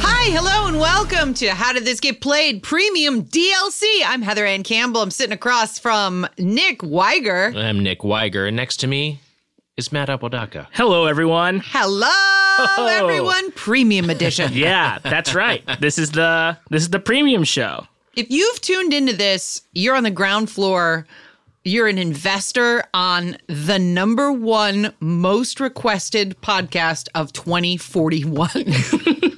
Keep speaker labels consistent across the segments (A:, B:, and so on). A: Hi, hello, and welcome to How Did This Get Played Premium DLC. I'm Heather Ann Campbell. I'm sitting across from Nick Weiger.
B: I'm Nick Weiger, and next to me is Matt Apodaca.
C: Hello, everyone.
A: Hello, everyone. Premium edition.
C: Yeah, that's right. this is the this is the premium show.
A: If you've tuned into this, you're on the ground floor. You're an investor on the number one most requested podcast of 2041.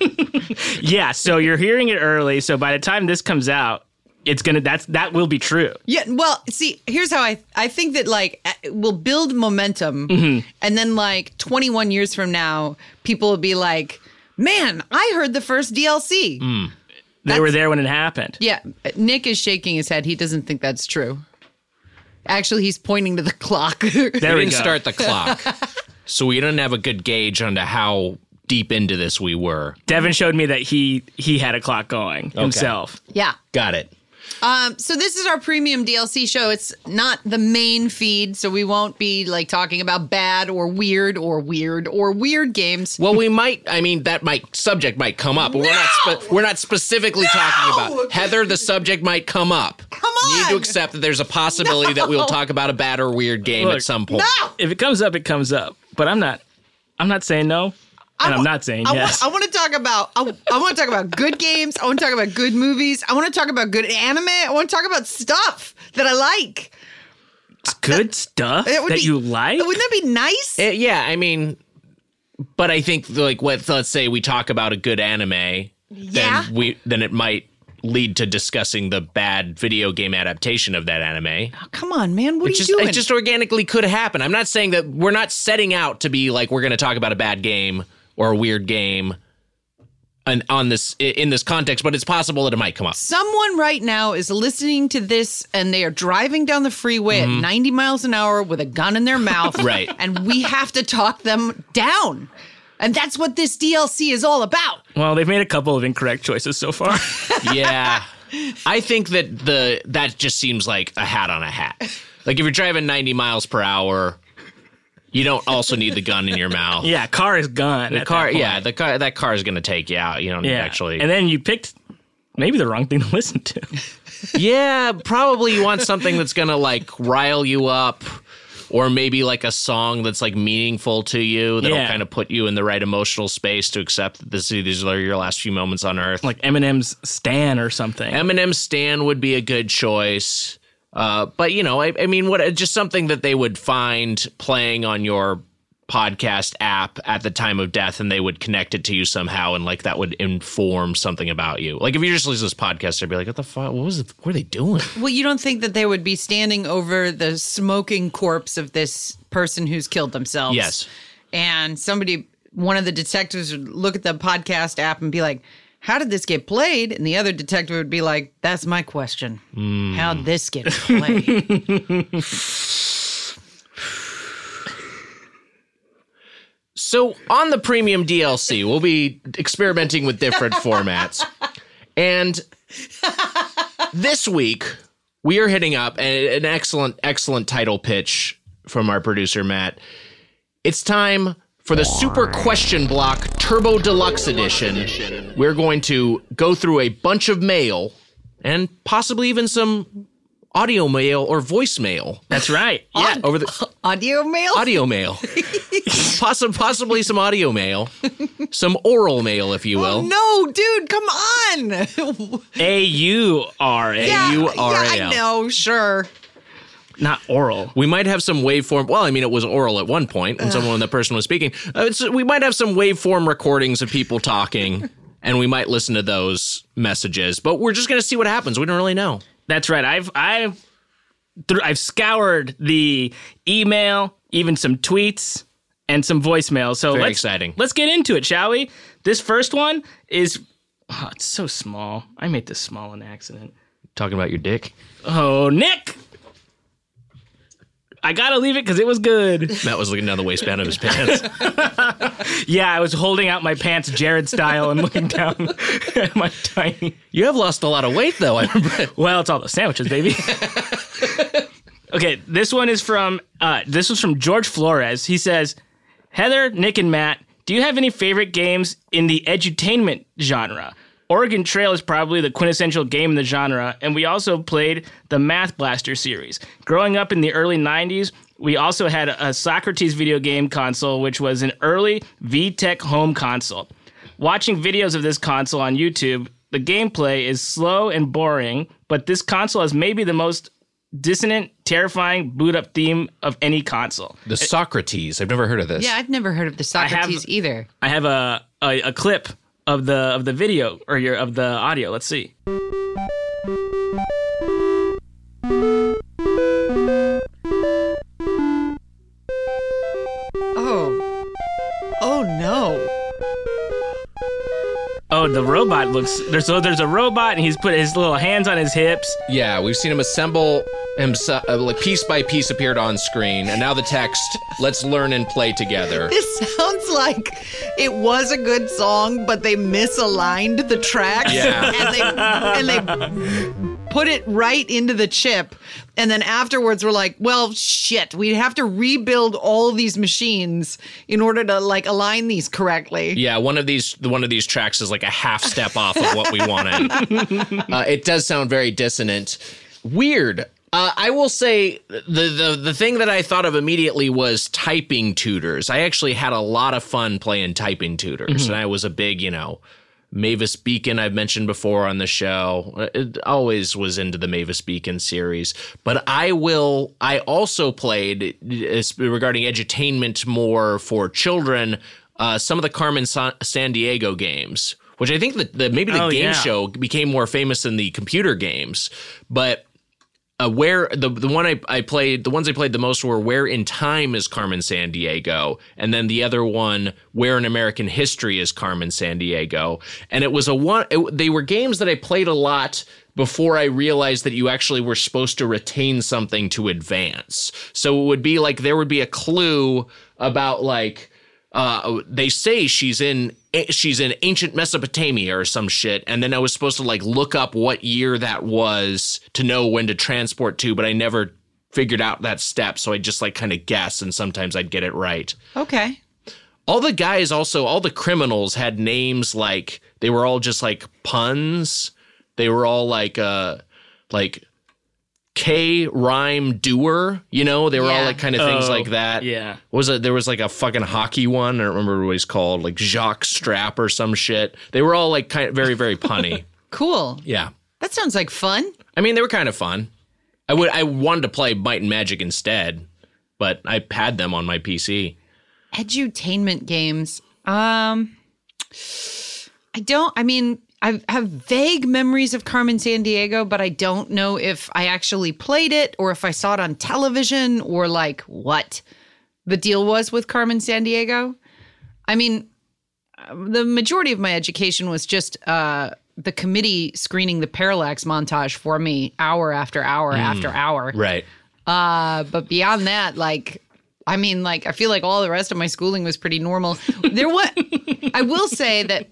C: Yeah, so you're hearing it early. So by the time this comes out, it's gonna that's that will be true.
A: yeah, well, see, here's how I I think that like uh, we'll build momentum, and then like 21 years from now, people will be like, "Man, I heard the first DLC."
C: They were there when it happened.
A: Yeah, Nick is shaking his head. He doesn't think that's true. Actually, he's pointing to the clock.
C: There
B: We
C: we
B: didn't
C: go.
B: start the clock, so we didn't have a good gauge onto how deep into this we were.
C: Devin showed me that he he had a clock going himself.
A: yeah.
B: Got it.
A: Um, so this is our premium DLC show. It's not the main feed, so we won't be like talking about bad or weird or weird or weird games.
B: Well, we might. I mean, that might subject might come up, but we're not. Spe- we're not specifically talking about Heather. The subject might come up.
A: Come on.
B: You need to accept that there's a possibility that we'll talk about a bad or weird game
C: Look.
B: at some point.
A: No!
C: If it comes up, it comes up. But I'm not I'm not saying no. And I'm
A: wa-
C: not saying
A: I wa-
C: yes.
A: I want to talk about. I, want to talk about good games. I want to talk about good movies. I want to talk about good anime. I want to talk about stuff that I like.
C: It's good stuff
A: It
C: that
A: would be-
C: you like.
A: Wouldn't that be nice?
B: Eh, yeah, I mean, but I think like what let's say we talk about a good anime,
A: Yeah.
B: then we then it might lead to discussing the bad video game adaptation of that anime.
A: Oh, come on, man. What
B: It
A: are
B: just,
A: you doing?
B: it just organically could happen. I'm not saying that we're not setting out to be like we're going to talk about a bad game or a weird game, and on this i- in this context, but it's possible that it might come up.
A: Someone right now is listening to this and they are driving down the freeway
C: Mm-hmm.
A: at 90 miles an hour with a gun in their mouth.
B: Right.
A: And we have to talk them down. And that's what this DLC is all about.
C: well, they've made a couple of incorrect choices so far.
B: yeah. I think that the that just seems like a hat on a hat. Like if you're driving 90 miles per hour, you don't also need the gun in your mouth.
C: yeah, car is gone.
B: The car, yeah, the car that car is going to take you out. You don't
C: Yeah.
B: actually.
C: And then you picked maybe the wrong thing to listen to.
B: yeah, probably you want something that's going to like rile you up or maybe like a song that's like meaningful to you that'll
C: Yeah.
B: kind of put you in the right emotional space to accept that this these are your last few moments on earth.
C: like Eminem's Stan or something.
B: Eminem Stan would be a good choice. Uh, but you know, I, I mean, what just something that they would find playing on your podcast app at the time of death, and they would connect it to you somehow, and like that would inform something about you. Like if you just listen to this podcast, I'd be like, "What the fuck? What was? The, what are they doing?"
A: Well, you don't think that they would be standing over the smoking corpse of this person who's killed themselves?
B: Yes.
A: And somebody, one of the detectives would look at the podcast app and be like, how did this get played? And the other detective would be like, that's my question.
C: Hmm.
A: How'd this get played?
B: So on the premium DLC, we'll be experimenting with different formats. And this week, we are hitting up a- an excellent, excellent title pitch from our producer, Matt. It's time for the Super Question Block Turbo Deluxe Edition. We're going to go through a bunch of mail and possibly even some audio mail or voicemail.
C: That's right.
B: Yeah, over the
A: Audio mail?
B: audio mail. Possi- possibly some audio mail, some oral mail, if you will.
A: No, dude, come on.
C: A U R A,
A: Yeah, Yeah, I
B: URL.
A: know, sure.
C: not oral.
B: We might have some waveform. Well, I mean, it was oral at one point when someone, when the person was speaking. Uh, it's, we might have some waveform recordings of people talking, and we might listen to those messages. But we're just going to see what happens. We don't really know.
C: That's right. I've I've thr- I've scoured the email, even some tweets and some voicemail. So
B: Very
C: let's,
B: exciting.
C: Let's get into it, shall we? This first one is oh, it's so small. I made this small an accident.
B: Talking about your dick.
C: Oh, Nick. I gotta leave it because it was good.
B: Matt was looking down the waistband of his pants.
C: Yeah, I was holding out my pants Jared style and looking down at my tiny.
B: you have lost a lot of weight, though. I remember.
C: Well, it's all those sandwiches, baby. okay, this one is from uh, this was from George Flores. He says, Heather, Nick, and Matt, do you have any favorite games in the edutainment genre? Oregon Trail is probably the quintessential game in the genre, and we also played the Math Blaster series. Growing up in the early 90s, we also had a Socrates video game console, which was an early VTech home console. Watching videos of this console on YouTube, the gameplay is slow and boring, but this console has maybe the most dissonant, terrifying boot up theme of any console.
B: The Socrates. I've never heard of this.
A: Yeah, I've never heard of the
C: have-
A: Socrates either.
C: I have a, a a clip of the of the video or your of the audio. Let's see.
A: Oh. Oh no.
C: Oh, the robot looks there's so there's a robot and he's put his little hands on his hips.
B: Yeah, we've seen him assemble himself, uh, like piece by piece appeared on screen, and now the text, let's learn and play together.
A: This sounds like it was a good song, but they misaligned the tracks
B: Yeah.
A: and they and they put it right into the chip. And then afterwards we're like, well shit, we have to rebuild all these machines in order to like align these correctly.
B: Yeah, one of these one of these tracks is like a half step off of what we wanted. uh, it does sound very dissonant, weird. Uh, I will say the, the the thing that I thought of immediately was typing tutors. I actually had a lot of fun playing typing tutors,
C: Mm-hmm.
B: and I was a big you know Mavis Beacon I've mentioned before on the show. It always was into the Mavis Beacon series, but I will. I also played uh, regarding edutainment more for children. Uh, some of the Carmen San, San Diego games, which I think that the, maybe the
C: Oh,
B: game
C: yeah.
B: show became more famous than the computer games, but uh, where the the one I, I played the ones I played the most were Where in Time is Carmen San Diego, and then the other one Where in American History is Carmen San Diego, and it was a one. It, they were games that I played a lot before I realized that you actually were supposed to retain something to advance. So it would be like there would be a clue about like uh, they say she's in she's in ancient Mesopotamia or some shit, and then I was supposed to like look up what year that was to know when to transport to, but I never figured out that step, so I just like kind of guess, and sometimes I'd get it right.
A: Okay.
B: All the guys also, all the criminals had names like they were all just like puns. They were all like uh like K rhyme doer, you know, they were all
A: Yeah.
B: like kind of things
C: Oh,
B: like that.
C: yeah.
B: What was it there was like a fucking hockey one, I don't remember what he's called, like Jacques Strap or some shit. They were all like kind of very, very punny.
A: Cool.
B: yeah.
A: That sounds like fun.
B: I mean they were kind of fun. I would I wanted to play Might and Magic instead, but I had them on my PC.
A: edutainment games. Um, I don't. I mean, I have vague memories of Carmen San Diego, but I don't know if I actually played it or if I saw it on television or like what the deal was with Carmen San Diego. I mean, um, the majority of my education was just uh, the committee screening the parallax montage for me hour after hour after hour.
B: Right.
A: Uh, but beyond that, like, I mean, like, I feel like all the rest of my schooling was pretty normal. There was, I will say that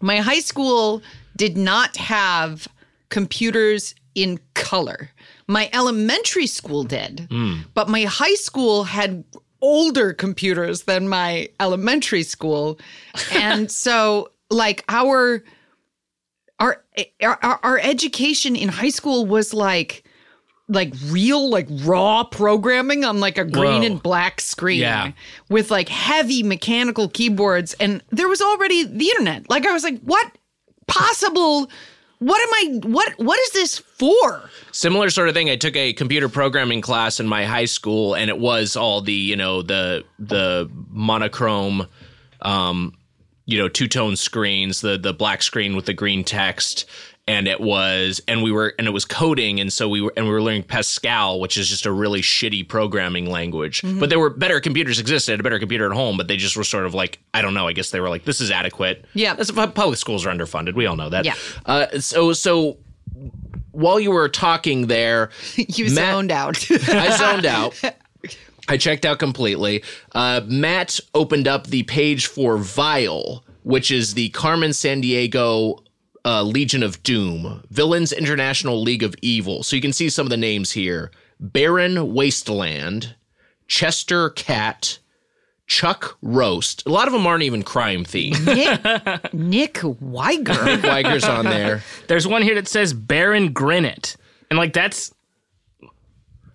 A: my high school did not have computers in color. My elementary school did, but my high school had older computers than my elementary school. And so, like, our our, our our education in high school was like like real like raw programming on like a green
C: Whoa.
A: and black screen
B: Yeah.
A: with like heavy mechanical keyboards and there was already the internet like i was like what possible what am i what what is this for
B: similar sort of thing i took a computer programming class in my high school and it was all the you know the the monochrome um you know two-tone screens the the black screen with the green text and it was and we were and it was coding and so we were and we were learning pascal which is just a really shitty programming language
A: Mm-hmm.
B: but there were better computers existed I had a better computer at home but they just were sort of like i don't know i guess they were like this is adequate
A: Yeah.
B: that's public schools are underfunded we all know that
A: Yeah.
B: uh, so so while you were talking there,
A: you
B: Matt-
A: zoned out
B: I zoned out. I checked out completely. Uh, Matt opened up the page for Vile, which is the Carmen San Diego uh, Legion of Doom, Villains International League of Evil. So you can see some of the names here Baron Wasteland, Chester Cat, Chuck Roast. A lot of them aren't even crime themed.
A: Nick, Nick Weiger.
B: Weiger's on there.
C: There's one here that says Baron Grinnet. And like that's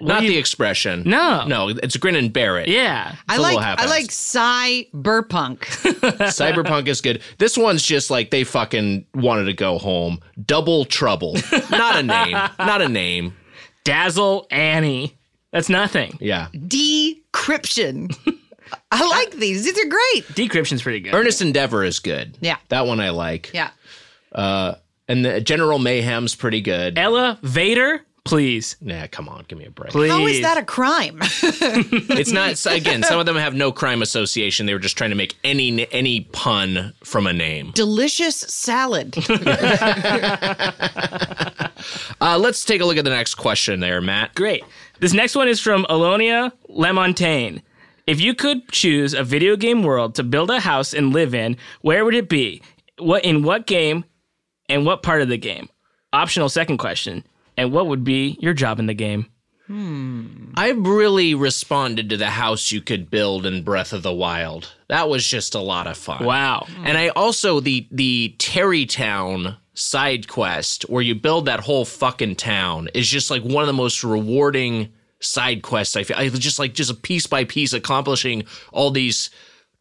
B: Not the expression.
C: No.
B: No, it's Grin and Barrett.
C: yeah.
A: I
B: a little
A: like I
B: half-assed.
A: like Cy Burpunk.
B: Cyberpunk is good. This one's just like they fucking wanted to go home. Double Trouble. Not a name. Not a name.
C: Dazzle Annie. That's nothing.
B: Yeah.
A: Decryption. I like these. These are great.
C: Decryption's pretty good.
B: Earnest Endeavor is good.
A: Yeah.
B: That one I like.
A: Yeah.
B: And the General Mayhem's pretty good.
C: Ella Vader, please.
B: nah, come on, give me a break.
C: Please.
A: How is that a crime?
B: It's not so again, some of them have no crime association. They were just trying to make any any pun from a name.
A: Delicious salad.
B: Uh, let's take a look at the next question there, Matt.
C: Great. This next one is from Alonia Lamontagne. If you could choose a video game world to build a house and live in, where would it be? What in what game and what part of the game? Optional second question. And what would be your job in the game?
B: I really responded to the house you could build in Breath of the Wild. That was just a lot of fun.
C: Wow.
B: Mm-hmm. And I also the the Terrytown side quest where you build that whole fucking town is just like one of the most rewarding side quests I feel. I just like just piece by piece accomplishing all these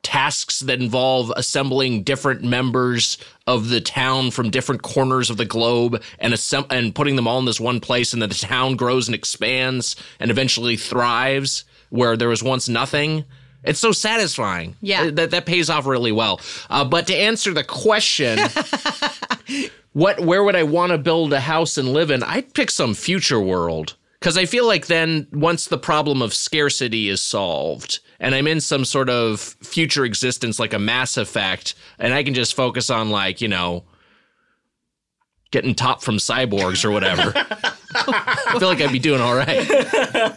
B: tasks that involve assembling different members of the town from different corners of the globe and assemb- and putting them all in this one place and then the town grows and expands and eventually thrives where there was once nothing. It's so satisfying.
A: Yeah.
B: Uh, That that pays off really well. Uh, but to answer the question, what where would I want to build a house and live in? I'd pick some future world because I feel like then once the problem of scarcity is solved and I'm in some sort of future existence like a Mass Effect, and I can just focus on like you know getting top from cyborgs or whatever. I feel like I'd be doing all right.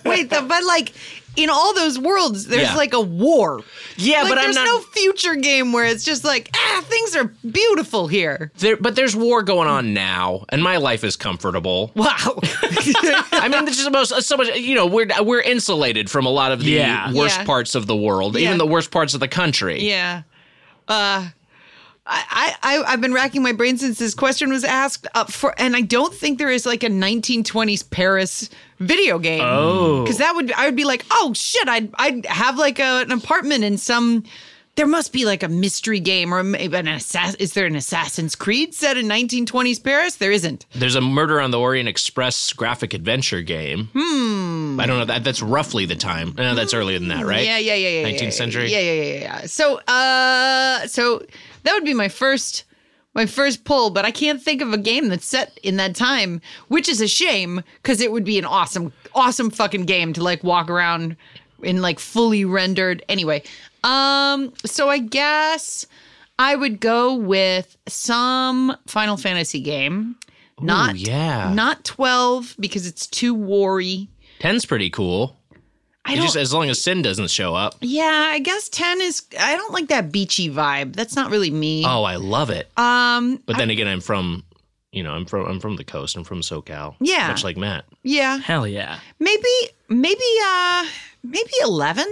A: Wait, the, but like in all those worlds, there's
B: Yeah.
A: like a war.
B: Yeah,
A: like,
B: but I'm
A: there's
B: not.
A: no future game where it's just like ah, things are beautiful here.
B: there, but there's war going on now, and my life is comfortable.
A: Wow.
B: I mean, this is the most so much. You know, we're we're insulated from a lot of the
C: Yeah.
B: worst
A: Yeah.
B: parts of the world, even
A: Yeah.
B: the worst parts of the country.
A: yeah. Uh, I, I I've been racking my brain since this question was asked up for, and I don't think there is like a 1920s Paris video game.
C: Oh.
A: because that would I would be like, oh shit, I'd I'd have like a, an apartment in some. There must be like a mystery game or maybe an assass. Is there an Assassin's Creed set in 1920s Paris? There isn't.
B: There's a Murder on the Orient Express graphic adventure game. Hmm. I don't know that. That's roughly the time. No, that's earlier than that, right?
A: Hmm. Yeah, yeah, yeah, yeah.
B: 19th
A: yeah,
B: century?
A: Yeah, yeah, yeah, yeah. yeah. So, uh, so that would be my first, my first pull. But I can't think of a game that's set in that time, which is a shame because it would be an awesome, awesome fucking game to like walk around in like fully rendered. Anyway, um, so I guess I would go with some Final Fantasy game. Not
B: yeah.
A: not twelve because it's too war-y.
B: Ten's pretty cool.
A: I
B: You
A: don't,
B: just as long as Sin doesn't show up.
A: yeah, I guess 10 is I don't like that beachy vibe. That's not really me.
B: Oh, I love it.
A: Um
B: but then again, I'm from, you know, I'm from I'm from the coast. I'm from SoCal.
A: Yeah.
B: Much like Matt.
A: yeah.
C: Hell yeah.
A: Maybe maybe uh maybe 11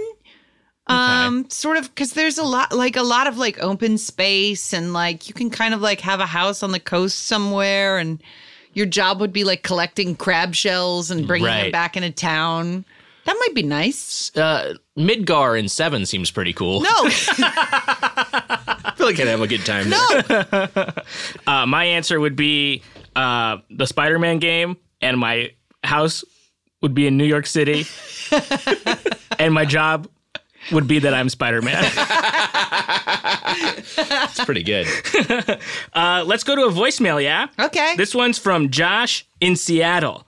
A: um sort of cuz there's a lot like a lot of like open space and like you can kind of like have a house on the coast somewhere and your job would be like collecting crab shells and bringing
B: Right.
A: them back into town. That might be nice.
B: Uh, Midgar in Seven seems pretty cool.
A: No,
B: I feel like I'd have a good time. No.
C: Uh, my answer would be uh, the Spider Man game, and my house would be in New York City, and my job would be that I'm Spider Man.
B: It's pretty good.
C: uh, let's go to a voicemail, yeah?
A: Okay.
C: This one's from Josh in Seattle.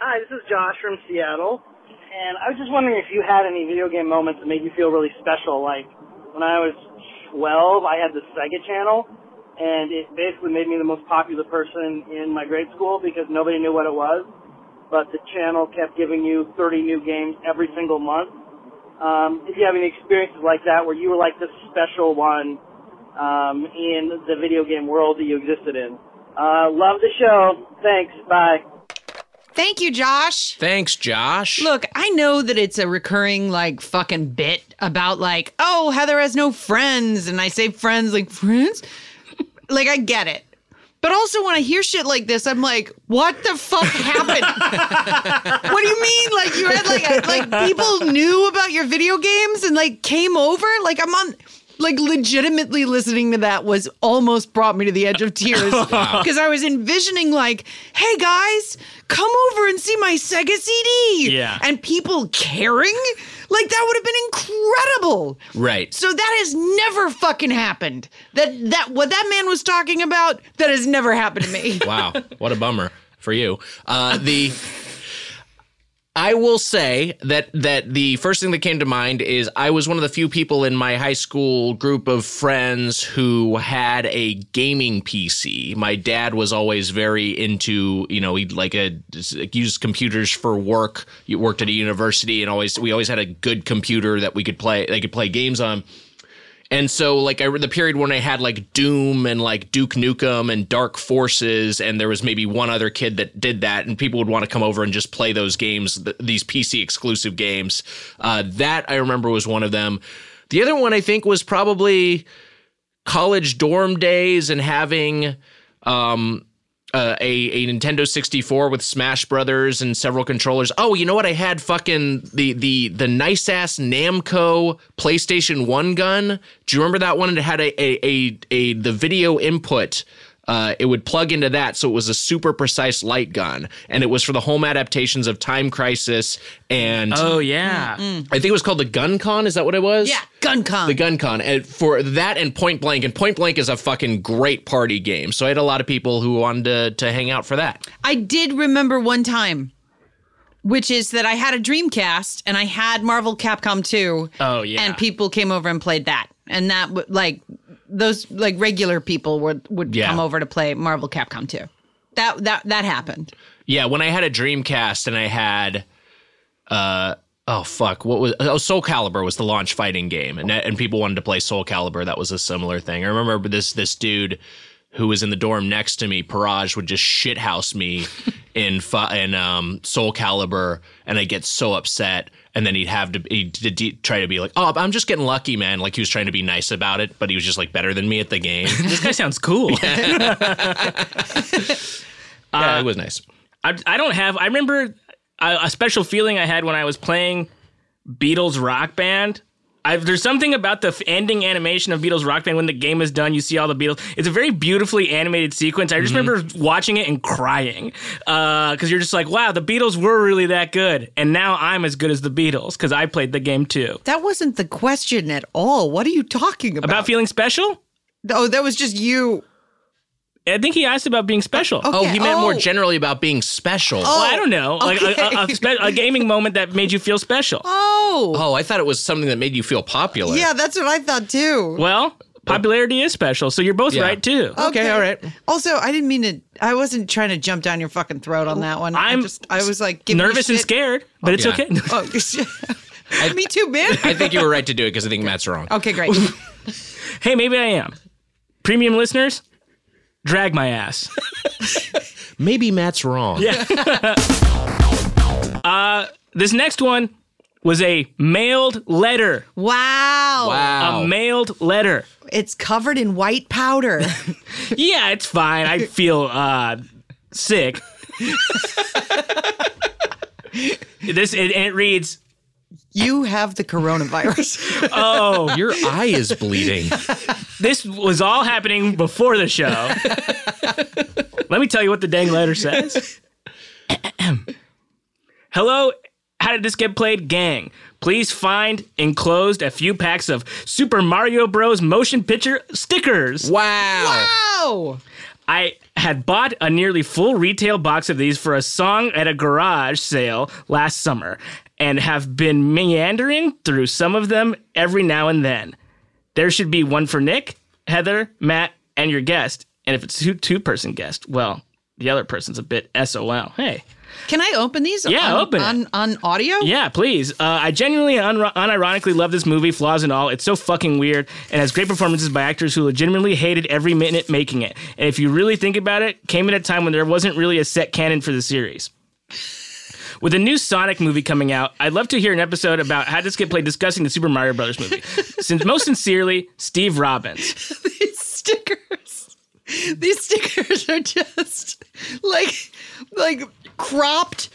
D: Hi, this is Josh from Seattle, and I was just wondering if you had any video game moments that made you feel really special. Like when I was 12, I had the Sega Channel, and it basically made me the most popular person in my grade school because nobody knew what it was. But the channel kept giving you 30 new games every single month, Um, if you have any experiences like that where you were like the special one um, in the video game world that you existed in. Uh, love the show. Thanks. Bye.
A: Thank you, Josh.
B: Thanks, Josh.
A: Look, I know that it's a recurring like fucking bit about like, oh, Heather has no friends, and I say friends like friends. like I get it. But also when I hear shit like this, I'm like, what the fuck happened? what do you mean? Like you had like a, like people knew about your video games and like came over? Like I'm on like legitimately listening to that was almost brought me to the edge of tears because I was envisioning like, hey guys, come over and see my Sega CD.
C: Yeah.
A: And people caring? Like that would have been incredible.
B: Right.
A: So that has never fucking happened. That that what that man was talking about that has never happened to me.
B: wow, what a bummer for you. Uh, the I will say that that the first thing that came to mind is I was one of the few people in my high school group of friends who had a gaming PC. My dad was always very into, you know, he'd like a used computers for work. He worked at a university and always we always had a good computer that we could play they could play games on. And so, like, I the period when I had like Doom and like Duke Nukem and Dark Forces, and there was maybe one other kid that did that, and people would want to come over and just play those games, th- these PC exclusive games. Uh, that I remember was one of them. The other one I think was probably college dorm days and having um, uh, a, a Nintendo 64 with Smash Brothers and several controllers. Oh, you know what? I had fucking the the the nice ass Namco PlayStation One gun. Do you remember that one? It had a a a, a the video input. Uh, it would plug into that, so it was a super precise light gun, and it was for the home adaptations of Time Crisis and
C: Oh yeah.
B: I think it was called the Gun Con. Is that what it was?
A: yeah, gun con.
B: the gun con and for that and point blank and point blank is a fucking great party game so i had a lot of people who wanted to, to hang out for that
A: I did remember one time, which is that I had a Dreamcast and I had Marvel Capcom 2.
C: Oh, yeah.
A: And people came over and played that. And that would like those like regular people would would
B: Yeah.
A: come over to play Marvel Capcom 2. That that that happened.
B: yeah when i had a dreamcast and i had uh oh fuck what was oh soul calibur was the launch fighting game and and people wanted to play soul calibur that was a similar thing i remember this this dude who was in the dorm next to me paraj would just shithouse me in fi- in um soul calibur and i'd get so upset and then he'd have to he'd d- d- try to be like oh i'm just getting lucky man like he was trying to be nice about it but he was just like better than me at the game
C: This guy sounds cool.
B: yeah Uh, it was nice
C: I, I don't have. I remember a, a special feeling I had when I was playing Beatles Rock Band. i there's something about the f- ending animation of Beatles Rock Band when the game is done. You see all the Beatles. It's a very beautifully animated sequence. I just remember watching it and crying because you're just like, wow, the Beatles were really that good, and now I'm as good as the Beatles because I played the game too.
A: That wasn't the question at all. What are you talking about?
C: About feeling special.
A: oh, that was just you.
C: I think he asked about being special.
B: oh
A: Okay,
B: he meant more
A: oh.
B: generally about being special
C: Well, I don't know, like a- a, a,
A: okay.
C: spe- a gaming moment that made you feel special.
A: Oh.
B: Oh, I thought it was something that made you feel popular.
A: Yeah, that's what I thought too.
C: Well, popularity is special, so you're both
B: Yeah.
C: right too.
A: Oh,
B: Okay, all right.
A: Also, I didn't mean to. I wasn't trying to jump down your fucking throat on that one.
C: I'm
A: I just, I was like giving you
C: nervous and
A: shit.
C: scared, but it's
B: Yeah.
C: okay.
A: Oh, me too, man.
B: I think you were right to do it because I think Matt's wrong.
A: okay, great.
C: hey, maybe I am. Premium listeners, drag my ass.
B: Maybe Matt's wrong. Yeah.
C: this next one was a mailed letter.
A: Wow.
B: Wow.
C: A mailed letter.
A: It's covered in white powder.
C: Yeah, it's fine. I feel uh, sick. this it, it reads.
A: you have the coronavirus.
C: Oh,
B: Your eye is bleeding.
C: this was all happening before the show. Let me tell you what the dang letter says. Hello, how did this get played? Gang, please find enclosed a few packs of Super Mario Bros. motion picture stickers.
B: Wow.
C: Oh.
A: wow.
C: I had bought a nearly full retail box of these for a song at a garage sale last summer and have been meandering through some of them every now and then. There should be one for Nick, Heather, Matt, and your guest. And if it's two two person guest, well, the other person's a bit SOL. Hey.
A: Can I open these?
C: Yeah,
A: on,
C: open it.
A: on on audio.
C: Yeah, please. Uh, I genuinely un- unironically love this movie, flaws and all. It's so fucking weird and has great performances by actors who legitimately hated every minute making it. And if you really think about it, came at a time when there wasn't really a set canon for the series. With a new Sonic movie coming out, I'd love to hear an episode about how this get played discussing the Super Mario Brothers movie. Since most sincerely, Steve Robbins.
A: these stickers. These stickers are just like like cropped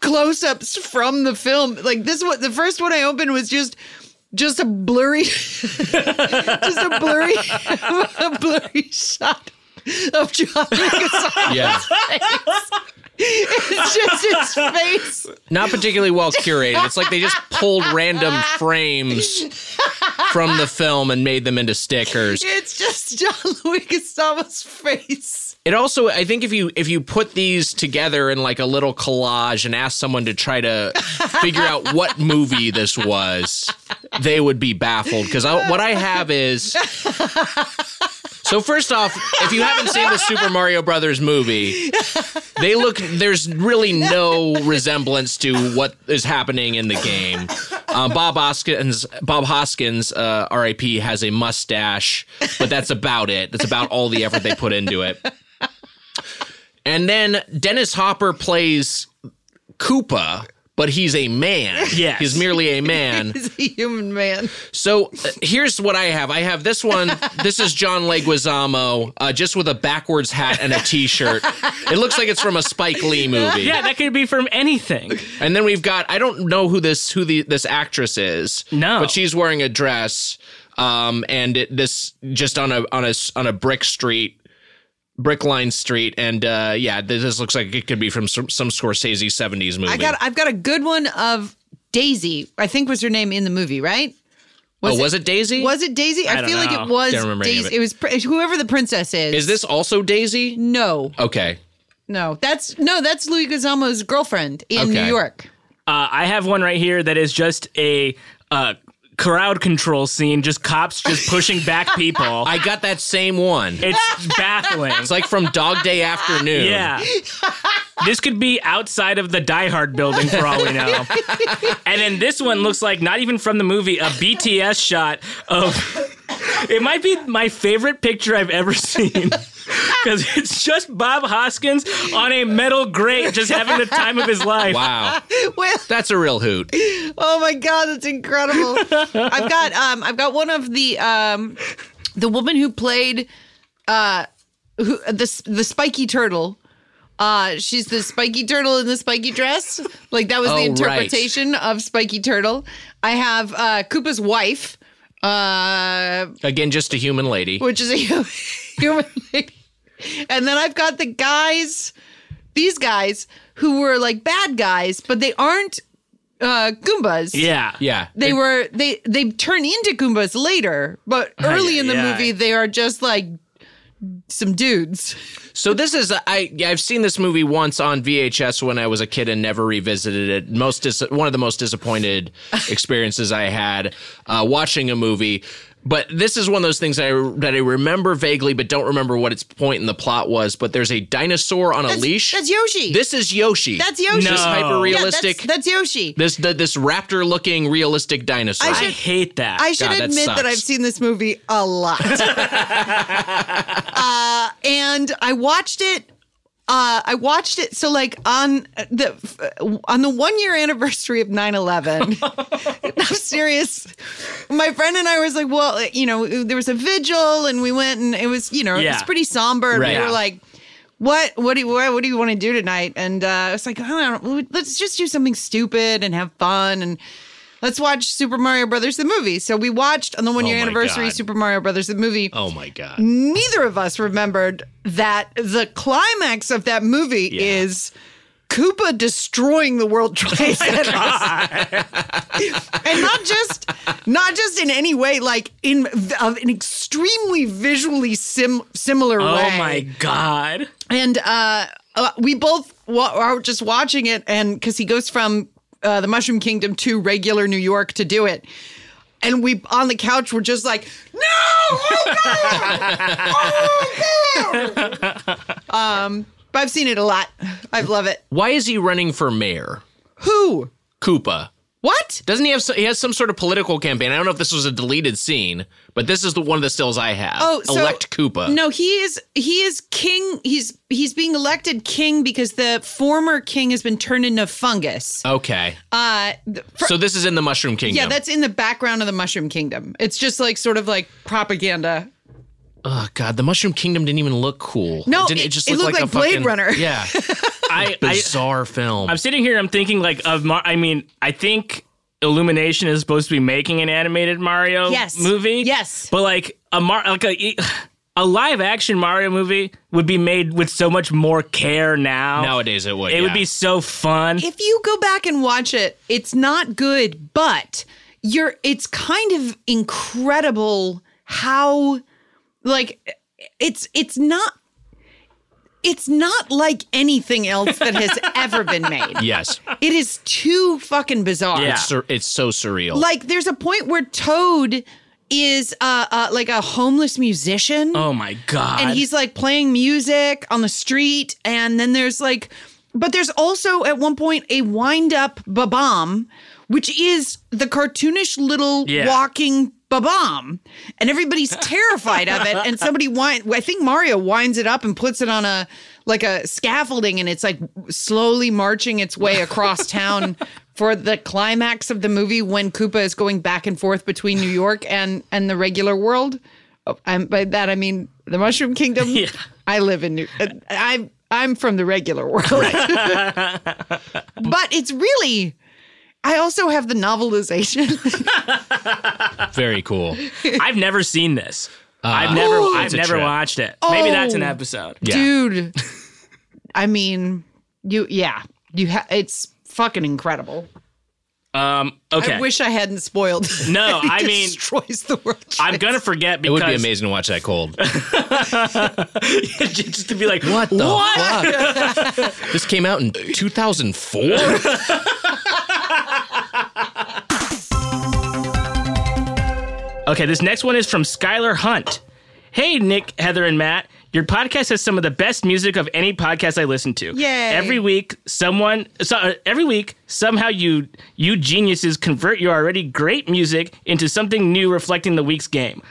A: close-ups from the film. Like this one the first one I opened was just just a blurry just a blurry a blurry shot of John Leguizamo's
B: Yeah.
A: face. It's just his face.
B: Not particularly well curated. It's like they just pulled random frames from the film and made them into stickers.
A: It's just John Louis Gustavo's face.
B: It also, I think, if you if you put these together in like a little collage and ask someone to try to figure out what movie this was, they would be baffled because what I have is. So first off, if you haven't seen the Super Mario Brothers movie, they look there's really no resemblance to what is happening in the game. Uh, Bob Hoskins, Bob Hoskins, uh, R.I.P. has a mustache, but that's about it. That's about all the effort they put into it. And then Dennis Hopper plays Koopa, but he's a man.
C: Yes.
B: he's merely a man.
A: He's a human man.
B: So uh, here's what I have. I have this one. This is John Leguizamo, uh, just with a backwards hat and a T-shirt. It looks like it's from a Spike Lee movie.
C: Yeah, that could be from anything.
B: And then we've got I don't know who this who the this actress is.
C: No.
B: But she's wearing a dress. Um, and it, this just on a on a s- on a brick street. Brick line street, and uh, yeah, this, this looks like it could be from some, some Scorsese '70s movie.
A: I got I've got a good one of Daisy. I think was her name in the movie, right?
B: oh, was it, Daisy?
A: Was it Daisy? I,
C: don't
A: feel like
C: know.
A: it was
B: Don't remember any of
A: Daisy. It
B: it.
A: was pr- whoever the princess is.
B: is this also Daisy?
A: no,
B: Okay,
A: no? That's no, that's Louis Guzmo's girlfriend in New
B: Okay.
A: York.
C: Uh, I have one right here that is just a uh, crowd control scene, just cops just pushing back people.
B: I got that same one.
C: it's baffling.
B: It's like from Dog Day Afternoon.
C: yeah. This could be outside of the Die Hard building for all we know. and then this one looks like not even from the movie, a BTS shot of. It might be my favorite picture I've ever seen because it's just Bob Hoskins on a metal grate just having the time of his life.
B: Wow.
A: Well,
B: That's a real hoot.
A: oh my god, that's incredible. I've got um, I've got one of the um, the woman who played uh, who the the spiky turtle. Uh, she's the spiky turtle in the spiky dress. Like that was
B: Oh,
A: the
B: right.
A: interpretation of spiky turtle. I have uh, Koopa's wife. Uh,
B: Again, just a human lady.
A: which is a human, human lady. And then I've got the guys, these guys who were like bad guys, but they aren't uh, Goombas.
C: Yeah.
B: Yeah.
A: They were they they turn into Goombas later, but early in the
C: yeah.
A: movie they are just like some dudes.
B: So this is I yeah, I've seen this movie once on VHS when I was a kid and never revisited it. Most dis- one of the most disappointed experiences I had uh, watching a movie. But this is one of those things that I that I remember vaguely, but don't remember what its point in the plot was. But there's a dinosaur on a leash.
A: That's Yoshi.
B: this is Yoshi.
A: that's Yoshi.
C: No.
B: This hyper realistic.
A: Yeah, that's, that's Yoshi.
B: this the, this raptor looking realistic dinosaur.
C: I hate that.
A: I should
B: God, that
A: admit that,
B: sucks.
A: I've seen this movie a lot. uh, and I watched it. Uh, I watched it. So like on the uh, on the one year anniversary of 9-11, I'm serious. My friend and I was like, well, you know, there was a vigil and we went and it was, you know, it was
C: Yeah.
A: pretty somber. And
B: Right.
A: we were like, what what do you what, what do you want to do tonight? And uh, it's like, I don't know, let's just do something stupid and have fun and let's watch Super Mario Brothers the movie. So we watched on the one year
B: Oh my
A: anniversary
B: God.
A: Super Mario Brothers the movie.
B: oh my god.
A: Neither of us remembered that the climax of that movie is. Koopa destroying the World Trade
B: Oh
A: Center, and not just not just in any way, like in of an extremely visually sim, similar
C: oh
A: way
C: my God.
A: and uh, uh, we both wa- are just watching it, and because he goes from uh, the Mushroom Kingdom to regular New York to do it, and we on the couch were just like, "No, oh god, oh god!" um, But I've seen it a lot. I love it.
B: Why is he running for mayor?
A: Who?
B: Koopa.
A: What?
B: Doesn't he have? Some, he has some sort of political campaign. I don't know if this was a deleted scene, but this is the one of the stills I have.
A: Oh, so-
B: elect Koopa.
A: No, he is he is king. He's he's being elected king because the former king has been turned into fungus.
B: Okay.
A: Uh, th- for-
B: so this is in the Mushroom Kingdom.
A: yeah, that's in the background of the Mushroom Kingdom. It's just like sort of like propaganda.
B: Oh God, the Mushroom Kingdom didn't even look cool.
A: No,
B: didn't,
A: it- it looked like
B: a
A: Blade Runner.
B: Yeah,
C: I, I
B: bizarre film.
C: I'm sitting here. I'm thinking like of. Mar- I mean, I think Illumination is supposed to be making an animated Mario
A: Yes.
C: movie.
A: Yes.
C: but like a Mar- like a. e, A live action Mario movie would be made with so much more care now.
B: Nowadays it would.
C: it
B: yeah.
C: would be so fun.
A: If you go back and watch it, it's not good, but you're it's kind of incredible how like it's it's not it's not like anything else that has ever been made.
B: Yes,
A: It is too fucking bizarre.
C: Yeah.
B: Sur- it's so surreal.
A: Like there's a point where Toad is uh, uh like a homeless musician
C: oh my god!
A: and he's like playing music on the street and then there's like but there's also at one point a wind up babam which is the cartoonish little
C: Yeah.
A: walking babam and everybody's terrified of it and somebody wind I think Mario winds it up and puts it on a like a scaffolding and it's like slowly marching its way across town for the climax of the movie when Koopa is going back and forth between New York and and the regular world Oh, I'm, by that I mean the Mushroom Kingdom.
C: Yeah.
A: I live in New. uh, I'm I'm from the regular world, but it's really. I also have the novelization.
B: Very cool.
C: I've never seen this. I've never. I've
B: Uh, It's a
C: never
B: trip.
C: watched it. Maybe that's an
A: Oh.
C: episode.
B: Yeah.
A: Dude, I mean, you yeah, you ha- it's fucking incredible.
C: Um. Okay.
A: I wish I hadn't spoiled.
C: No,
A: It
C: I mean-
A: destroys the world.
C: I'm gonna forget
B: It
C: because
B: would be amazing to watch that cold.
C: just to be like,
B: What the
C: What?
B: fuck? this came out in 2004.
C: Okay, this next one is from Skylar Hunt. Hey, Nick, Heather, and Matt. Your podcast has some of the best music of any podcast I listen to.
A: Yay.
C: Every week, someone, so, uh, every week, somehow you, you geniuses convert your already great music into something new reflecting the week's game.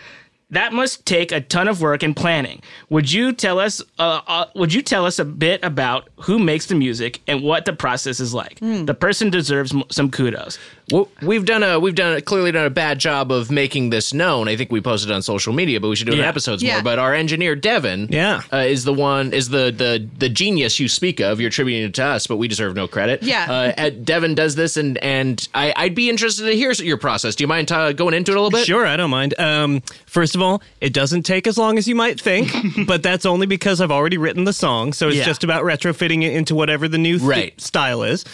C: That must take a ton of work and planning. Would you tell us? Uh, uh, would you tell us a bit about who makes the music and what the process is like? The person deserves m- some kudos.
B: Well, we've done a we've done a, clearly done a bad job of making this known. I think we posted on social media, but we should do an
C: Yeah.
B: episodes
A: Yeah.
B: more. But our engineer Devin,
E: Yeah.
B: uh, is the one is the the the genius you speak of. You're attributing it to us, but we deserve no credit.
A: Yeah.
B: uh, at- Devin does this, and and I, I'd be interested to hear your process. Do you mind uh, going into it a little bit?
E: Sure, I don't mind. Um, first of all, it doesn't take as long as you might think, but that's only because I've already written the song, so it's
C: Yeah.
E: just about retrofitting it into whatever the new th-
B: Right.
E: style is.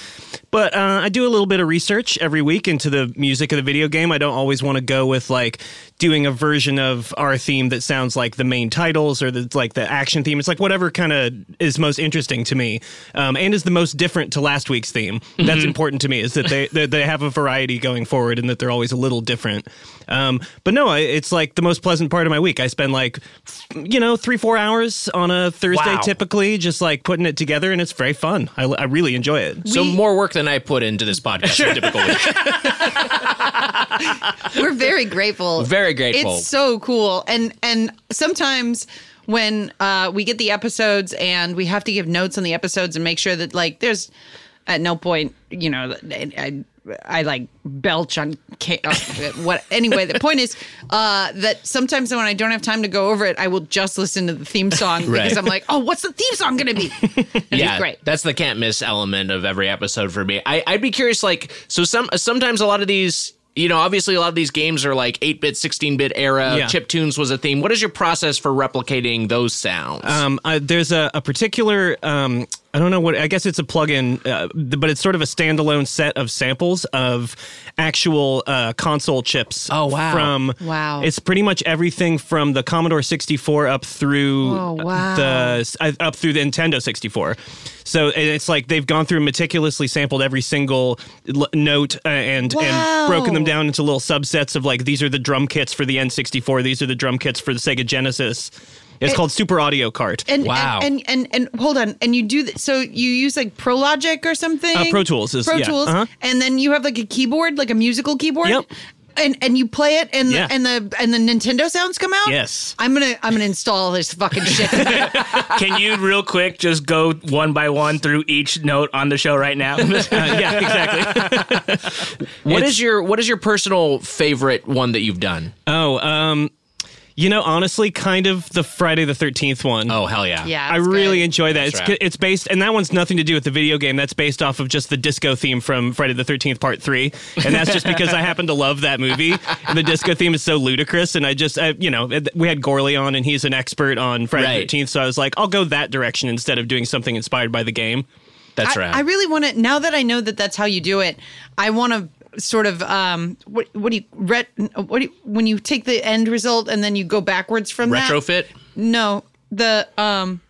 E: But uh, I do a little bit of research every week into the music of the video game. I don't always want to go with like doing a version of our theme that sounds like the main titles or the like the action theme. It's like whatever kind of is most interesting to me um, and is the most different to last week's theme. That's important to me is that they that they have a variety going forward and that they're always a little different. Um, but no, I, it's like the most pleasant part of my week. I spend like f- you know three four hours on a Thursday
C: Wow.
E: typically just like putting it together and it's very fun. I, I really enjoy it.
B: So more work than I put into this podcast. Sure. Typical week.
A: We're very grateful.
B: Very grateful.
A: It's so cool. And and sometimes when uh, we get the episodes and we have to give notes on the episodes and make sure that like there's at no point you know I, I, I like belch on ca- uh, what anyway the point is uh, that sometimes when I don't have time to go over it I will just listen to the theme song because
B: Right.
A: I'm like oh what's the theme song gonna be
B: yeah,
A: great.
B: That's the can't miss element of every episode for me. I, I'd be curious, like, so some sometimes a lot of these. You know, obviously, a lot of these games are like 8 bit, 16 bit era.
E: Yeah.
B: Chip tunes was a theme. What is your process for replicating those sounds?
E: Um, I, there's a, a particular, um, I don't know what, I guess it's a plugin, uh, th- but it's sort of a standalone set of samples of actual uh, console chips.
B: Oh, wow.
E: From,
A: Wow.
E: It's pretty much everything from the Commodore 64 up through
A: Oh, wow.
E: the, uh, up through the Nintendo 64. So it- it's like they've gone through and meticulously sampled every single l- note uh, and,
A: Wow.
E: and broken them down into little subsets of like, these are the drum kits for the N64, these are the drum kits for the Sega Genesis. It's called Super Audio Cart.
A: And,
B: Wow.
A: And, and and and hold on. And you do that. So you use like Pro Logic or something.
E: Uh, Pro Tools is-
A: Pro
E: yeah,
A: Tools.
E: uh-huh.
A: And then you have like a keyboard, like a musical keyboard.
E: Yep.
A: And and you play it, and
E: Yeah.
A: the, and the and the Nintendo sounds come out.
E: Yes.
A: I'm gonna I'm gonna install this fucking shit.
C: Can you real quick just go one by one through each note on the show right now? yeah, exactly.
B: What is your What is your personal favorite one that you've done?
E: Oh, um, you know, honestly, kind of the Friday the Thirteenth one.
B: oh hell yeah!
A: yeah.
E: I
A: it's
E: really
A: good.
E: enjoy that. It's,
B: right.
E: it's based, and that one's nothing to do with the video game. That's based off of just the disco theme from Friday the Thirteenth Part Three, and that's just because I happen to love that movie. And the disco theme is so ludicrous, and I just, I, you know, it- we had Gorley on, and he's an expert on Friday
B: Right.
E: the Thirteenth, so I was like, I'll go that direction instead of doing something inspired by the game.
B: That's
A: I,
B: right.
A: I really want to. Now that I know that that's how you do it, I want to sort of um what what do you ret what do you, when you take the end result and then you go backwards from that?
B: Retrofit.
A: No, the um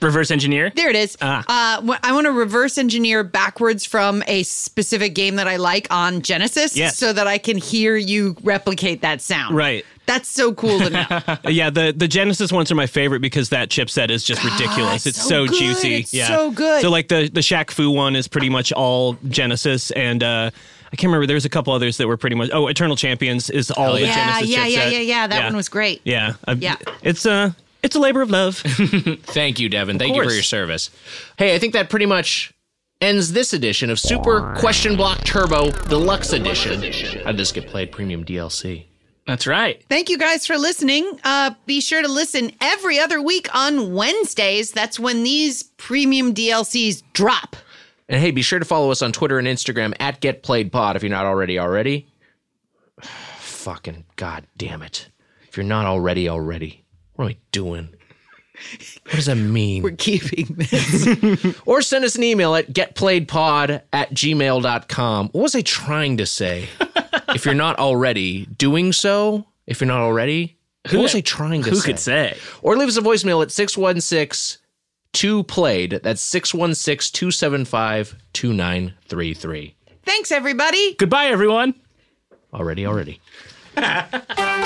C: Reverse engineer.
A: There it is.
E: Ah.
A: Uh, wh- I want to reverse engineer backwards from a specific game that I like on Genesis
E: Yes.
A: so that I can hear you replicate that sound.
E: Right.
A: That's so cool to know.
E: Uh, Yeah, the the Genesis ones are my favorite because that chipset is just ridiculous. It's
A: so
E: so,
A: good.
E: juicy.
A: It's
E: yeah.
A: so good.
E: So like the the Shaq Fu one is pretty much all Genesis and uh I can't remember there's a couple others that were pretty much Oh, Eternal Champions is all the
A: yeah,
E: Genesis
A: yeah,
E: chipset.
A: yeah, yeah, yeah. That one was great.
E: Yeah. I-
A: Yeah.
E: It's uh it's a labor of love.
B: Thank you, Devin. Thank you for
E: course.
B: your service. Hey, I think that pretty much ends this edition of Super Question Block Turbo Deluxe Edition. How did this get played? Premium DLC.
C: That's right.
A: Thank you guys for listening. Uh, be sure to listen every other week on Wednesdays. That's when these premium DLCs drop.
B: And hey, be sure to follow us on Twitter and Instagram at GetPlayedPod if you're not already already. Fucking god damn it. If you're not already already, what are we doing? What does that mean?
A: We're keeping this.
B: or send us an email at getplayedpod at gmail.com. What was I trying to say? if you're not already doing so, if you're not already, what was I trying to
C: Who
B: say?
C: could say?
B: Or leave us a voicemail at 616 2 played. That's 616 275 2933.
A: Thanks, everybody.
C: Goodbye, everyone.
B: Already, already.